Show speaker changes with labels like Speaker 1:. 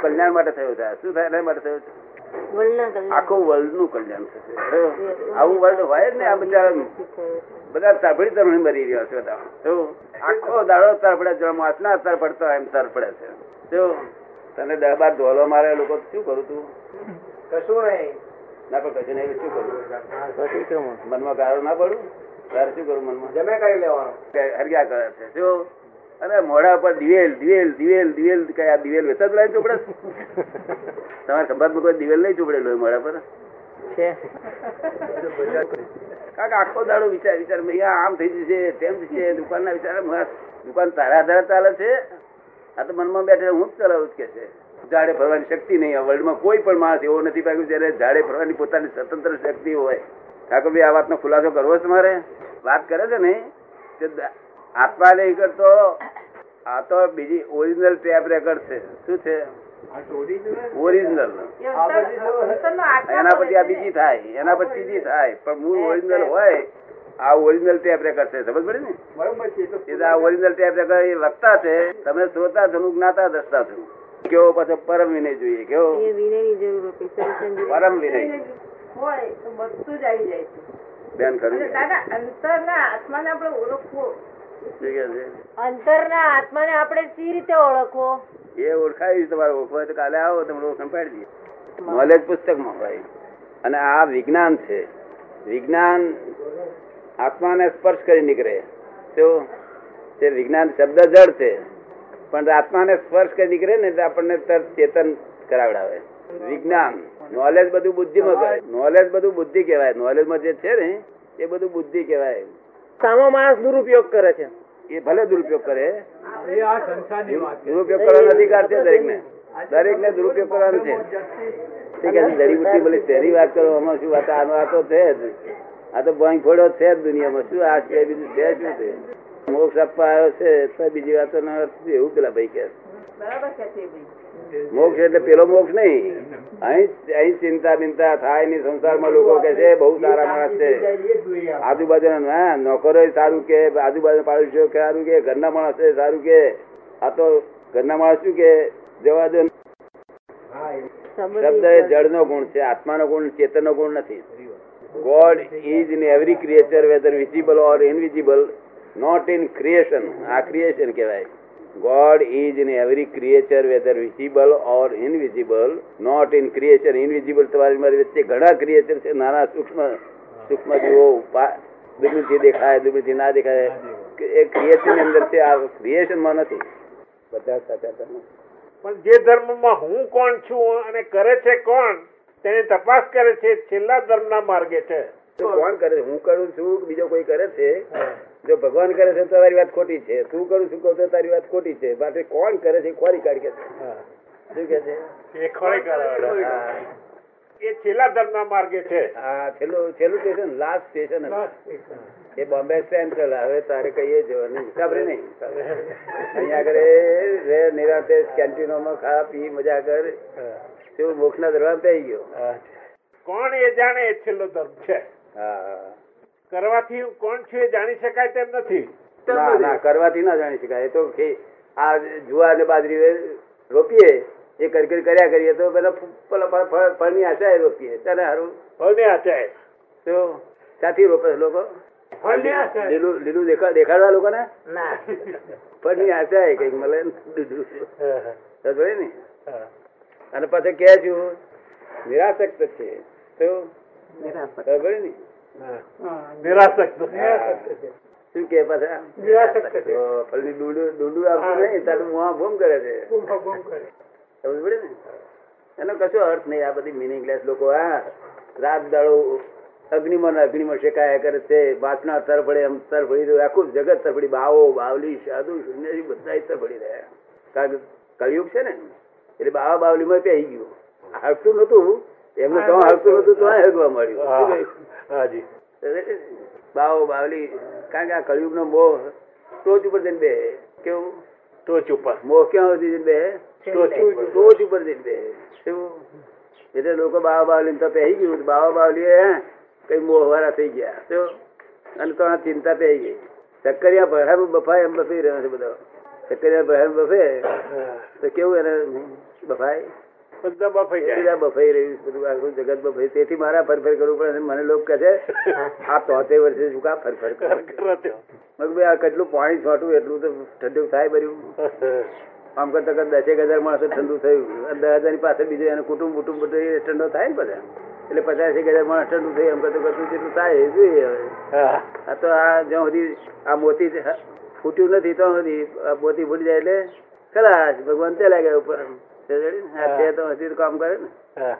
Speaker 1: કલ્યાણ માટે થયો છે આ શું થાય એના માટે થયો છે
Speaker 2: વર્લ્ડના કલ્યાણ.
Speaker 1: આખો વર્લ્ડ નું કલ્યાણ થશે આવું વર્લ્ડ હોય જ ને આ બધા બધા તરફડી તરફડી મરી રહ્યા છે બધા જો આખો દાડો તરફડે છે માસના તરફડતો એમ તરફડે છે જો તને દસ બાર ધોલો મારે એ લોકો શું કરું તું
Speaker 3: કશું નહીં
Speaker 1: ના પણ કશું નહીં શું કરું મનમાં ગાળો ના પડું તારે શું કરું મનમાં
Speaker 3: જમે કરી લેવાનું
Speaker 1: હરિયા કરે છે જો અરે મોઢા પર દિવેલ દિવેલ દિવેલ દિવેલ કયા દિવેલ વેચા જ લાવી ચોપડે તમારે ખંભાતમાં કોઈ દિવેલ નહીં ચોપડેલું હોય મોઢા પર કારણ કે આખો દાડો વિચાર વિચાર ભૈયા આમ થઈ જશે તેમ થશે દુકાનના વિચાર મસ્ત. દુકાન તારા આધારે ચાલે છે આ તો મનમાં બેઠે હું જ ચલાવું જ કે છે ઝાડે ફરવાની શક્તિ નહીં આ વર્લ્ડમાં કોઈ પણ માણસ એવો નથી પાક્યું જ્યારે ઝાડે ફરવાની પોતાની સ્વતંત્ર શક્તિ હોય ઠાકોરભાઈ આ વાતનો ખુલાસો કરવો છે તમારે વાત કરે છે ને તે દ- આત્મા નહીં કરતો આ તો બીજી ઓરિજિનલ ટેપ રેકર્ડ છે શું છે ઓરિજિનલ
Speaker 2: એ ઉત્તર- ઉત્તરનો આત્મા
Speaker 1: એના પછી
Speaker 2: બોલે છે
Speaker 1: આ
Speaker 2: ને.
Speaker 1: બીજી થાય એના પછી ત્રીજી થાય પણ મૂળ ઓરિજિનલ હોય આ ઓરિજિનલ ટેપ રેકર્ડ છે સમજ પડી ને
Speaker 3: બરોબર છે એ તો
Speaker 1: એ તો આ ઓરિજિનલ ટેપ રેકર્ડ એ વક્તા છે તમે શ્રોતા છો હું જ્ઞાતા દ્રષ્ટા છું કેવો પાછો પરમ વિનય જોઈએ કેવો
Speaker 2: એ વિનયની જરૂર હતી, સત્સંગની.
Speaker 1: પરમ વિનય
Speaker 4: હોય તો બધું જ આવી જાય છે
Speaker 1: બેન કરું
Speaker 4: અને દાદા અંતરના આત્માને આપણે ઓળખવો
Speaker 2: અંતરના આત્માને આપણે સી રીતે ઓળખવો
Speaker 1: એ ઓળખાયું છે તમારે ઓળખવું હોય તો કાલે આવો તમને ઓળખાણ પાડી દઈએ નોલેજ પુસ્તકમાં હોય અને આ વિજ્ઞાન છે વિજ્ઞાન આત્માને સ્પર્શ કરી નીકળે તો તે વિજ્ઞાન શબ્દ જડ છે પણ આત્માને સ્પર્શ કરી નીકળે ને એટલે આપણને તરત ચેતન કરાવડાવે વિજ્ઞાન નોલેજ બધું બુદ્ધિમાં કહેવાય નોલેજ બધું બુદ્ધિ કહેવાય નોલેજમાં જે છે ને એ બધું બુદ્ધિ કહેવાય
Speaker 5: સામો માણસ દુરુપયોગ કરે છે
Speaker 1: એ ભલે દુરુપયોગ કરે
Speaker 3: એ આ સંસારની વાત
Speaker 1: દુરુપયોગ કરવાનો અધિકાર છે દરેકને દરેકને દુરુપયોગ કરવાનો છે તે કહે છે, જડીબુટ્ટી બોલે તેરી વાત કરો આમાં શું વાત આનો આ તો છે જ આ તો ભોંય ફોડો છે જ દુનિયામાં શું આ છે બીજું છે જ શું છે મોક્ષ આપવા આવ્યો છે તો બીજી વાતો નો અર્થ શું? એવું પેલા ભાઈ કે
Speaker 4: બરાબર છે તે ભાઈ
Speaker 1: મોક્ષ એટલે પેલો મોક્ષ નહીં અહીં અહીં ચિંતા બિંતા થાય નહીં સંસારમાં લોકો કે છે બહુ સારા માણસ છે
Speaker 3: એ જ જોઈએ આપણે.
Speaker 1: આજુબાજુના હા નોકરો સારું કે આજુબાજુ પાડોશીઓ કે સારું કે ઘરના માણસે સારું કે આ તો ઘરના માણસ શું કે જવા દો
Speaker 3: હા એ
Speaker 1: શબ્દ એ જળનો ગુણ છે આત્માનો ગુણ ચેતનનો ગુણ નથી God is in every creature whether visible or invisible not in creation આ ક્રિએશન કહેવાય God is in every creature whether visible or invisible not in creation invisible તમારી મારી વચ્ચે ઘણા ક્રિએચર છે નાના સૂક્ષ્મ સૂક્ષ્મ જીવો પા- દૂરબીનથી દેખાય દૂરબીનથી ના દેખાય એ ક્રિએશન અંદર છે આ ક્રિએશનમાં નથી બધા સાચા તમે
Speaker 6: પણ જે ધર્મમાં હું કોણ છું અને કરે છે કોણ તેની તપાસ કરે છે છેલ્લા ધર્મના માર્ગે છે
Speaker 1: તો કોણ કરે છે હું કરું છું કે બીજો કોઈ કરે છે જો ભગવાન કરે છે તો તારી વાત ખોટી છે તું કરું છું કહું તો તારી વાત ખોટી છે માટે કોણ કરે છે એ ખોરી કાઢી કે છે શું કે છે
Speaker 6: એ ખોરી કરવાના.
Speaker 1: હા.
Speaker 6: એ છેલ્લા ધર્મના માર્ગે છે
Speaker 1: આ છેલ્લું છેલ્લું સ્ટેશન લાસ્ટ સ્ટેશન એ બોમ્બે સેન્ટ્રલ હવે તારે કહીએ જવાનું સાંભળે નહીં અહીંયા આગળ એ રે નિરાંતે કેન્ટીનોમાં ખા પી મજા કર તેવું મોક્ષના દરવાજા થઈ ગયો
Speaker 6: કોણ એ જાણે એ છેલ્લો ધર્મ છે
Speaker 1: હા હા.
Speaker 6: કરવાથી હું કોણ છું એ જાણી શકાય તેમ નથી
Speaker 1: ના ના કરવાથી ના જાણી શકાય એ તો ખે- આ જુવાર ને બાજરી એ રોપીએ એ કરી કરી કર્યા કરીએ તો પેલા ફૂ- પેલા ફળ- ફળ- ફળની આશાએ રોપીએ તને હારું
Speaker 6: ફળને આચાય
Speaker 1: તો ક્યાંથી રોપે છે લોકો
Speaker 6: ફળને આચાય
Speaker 1: લીલું લીલું દેખા દેખાડવા લોકોને ફળની આશાએ કંઈક મળે ને લીલું. તો જોઈએ ને અને પાછું કહે છું નિરાશક્ત છે તો તો જોઈએ ને
Speaker 6: નિરાશક્ત
Speaker 1: શું કે પાછા
Speaker 6: નિરાશક્ત છે.
Speaker 1: તો ફળની ડૂડું ડૂડું આવતું નહીં તારું મોં ભૂમ કરે છે સમજ પડી ને એનો કશો અર્થ નહીં આ બધી મિનિંગલેસ લોકો આ રાત દાડો અગ્નિમાં ને અગ્નિમાં શેકાયા કરે છે વાસના તરફડે એમ તરફડી રહ્યું આખું જગત તરફડી બાવો બાવલી સાધુ સુનેરી બધા તરફડી રહ્યા કારણ કે કળિયુગ છે ને એટલે બાવા બાવલીમાં પહેરી ગયું હળતું નહોતું એમને તો હળતું નહોતું તો હળગવા મળ્યું શું
Speaker 6: હા.
Speaker 1: કહ્યું?
Speaker 6: હાજી
Speaker 1: બાવો બાવલી કારણ કે આ કળિયુગનો મોહ ટોચ ઉપર જઈને બે કેવું
Speaker 6: ટોચ ઉપર
Speaker 1: મોહ ક્યાં સુધી જઈને બે
Speaker 6: ટોચ ઉપર
Speaker 1: રોજ ઉપર જઈને બેસે. શું? એટલે લોકો બાવા બાવલી તો પહેરી ગયું તો બાવા બાવલી હે કઈ મોહવારા થઈ ગયા શું? અને તો આ ચિંતા પહેરી ગઈ ચક્કરિયા ભરામાં બફાય એમ બફાઈ રહ્યો છે બધો ચકરિયા બહેન બફે તો કેવું એને બફાય
Speaker 6: બધા બફાઈ
Speaker 1: તેથી
Speaker 6: જાય
Speaker 1: આ બફાઈ રહ્યું છે, બધું આખું જગત બફાઈ તેથી મારા ફરફર કરવું પડે અને મને લોકો કહે છે આ તોતેર વર્ષે શું કામ ફરફર કરો
Speaker 6: કર- કરો ત્યો.
Speaker 1: મગ ભાઈ આ કેટલું પાણી છોટું એટલું તો ઠંડુ થાય ભર્યું આમ કરતા કરતા દસેક હજાર માણસો ઠંડુ થયું અને દસ હજારની પાછળ બીજું એનું કુટુંબ કુટુંબ બધું એ ઠંડો થાય ને બધા એટલે પચાસ એક હજાર માણસ ઠંડુ થયું એમ કરતું કરતું જેટલું થાય એ જોઈએ હવે
Speaker 6: હા.
Speaker 1: આ તો આ જ્યાં સુધી આ મોતી જે ફૂટ્યું નથી તો સુધી આ મોતી ફૂટી જાય એટલે ખલાસ ભગવાન તે લાગે ઉપર સમજાયું ને? આ તે તો હજી તો કામ કરે ને
Speaker 6: હા.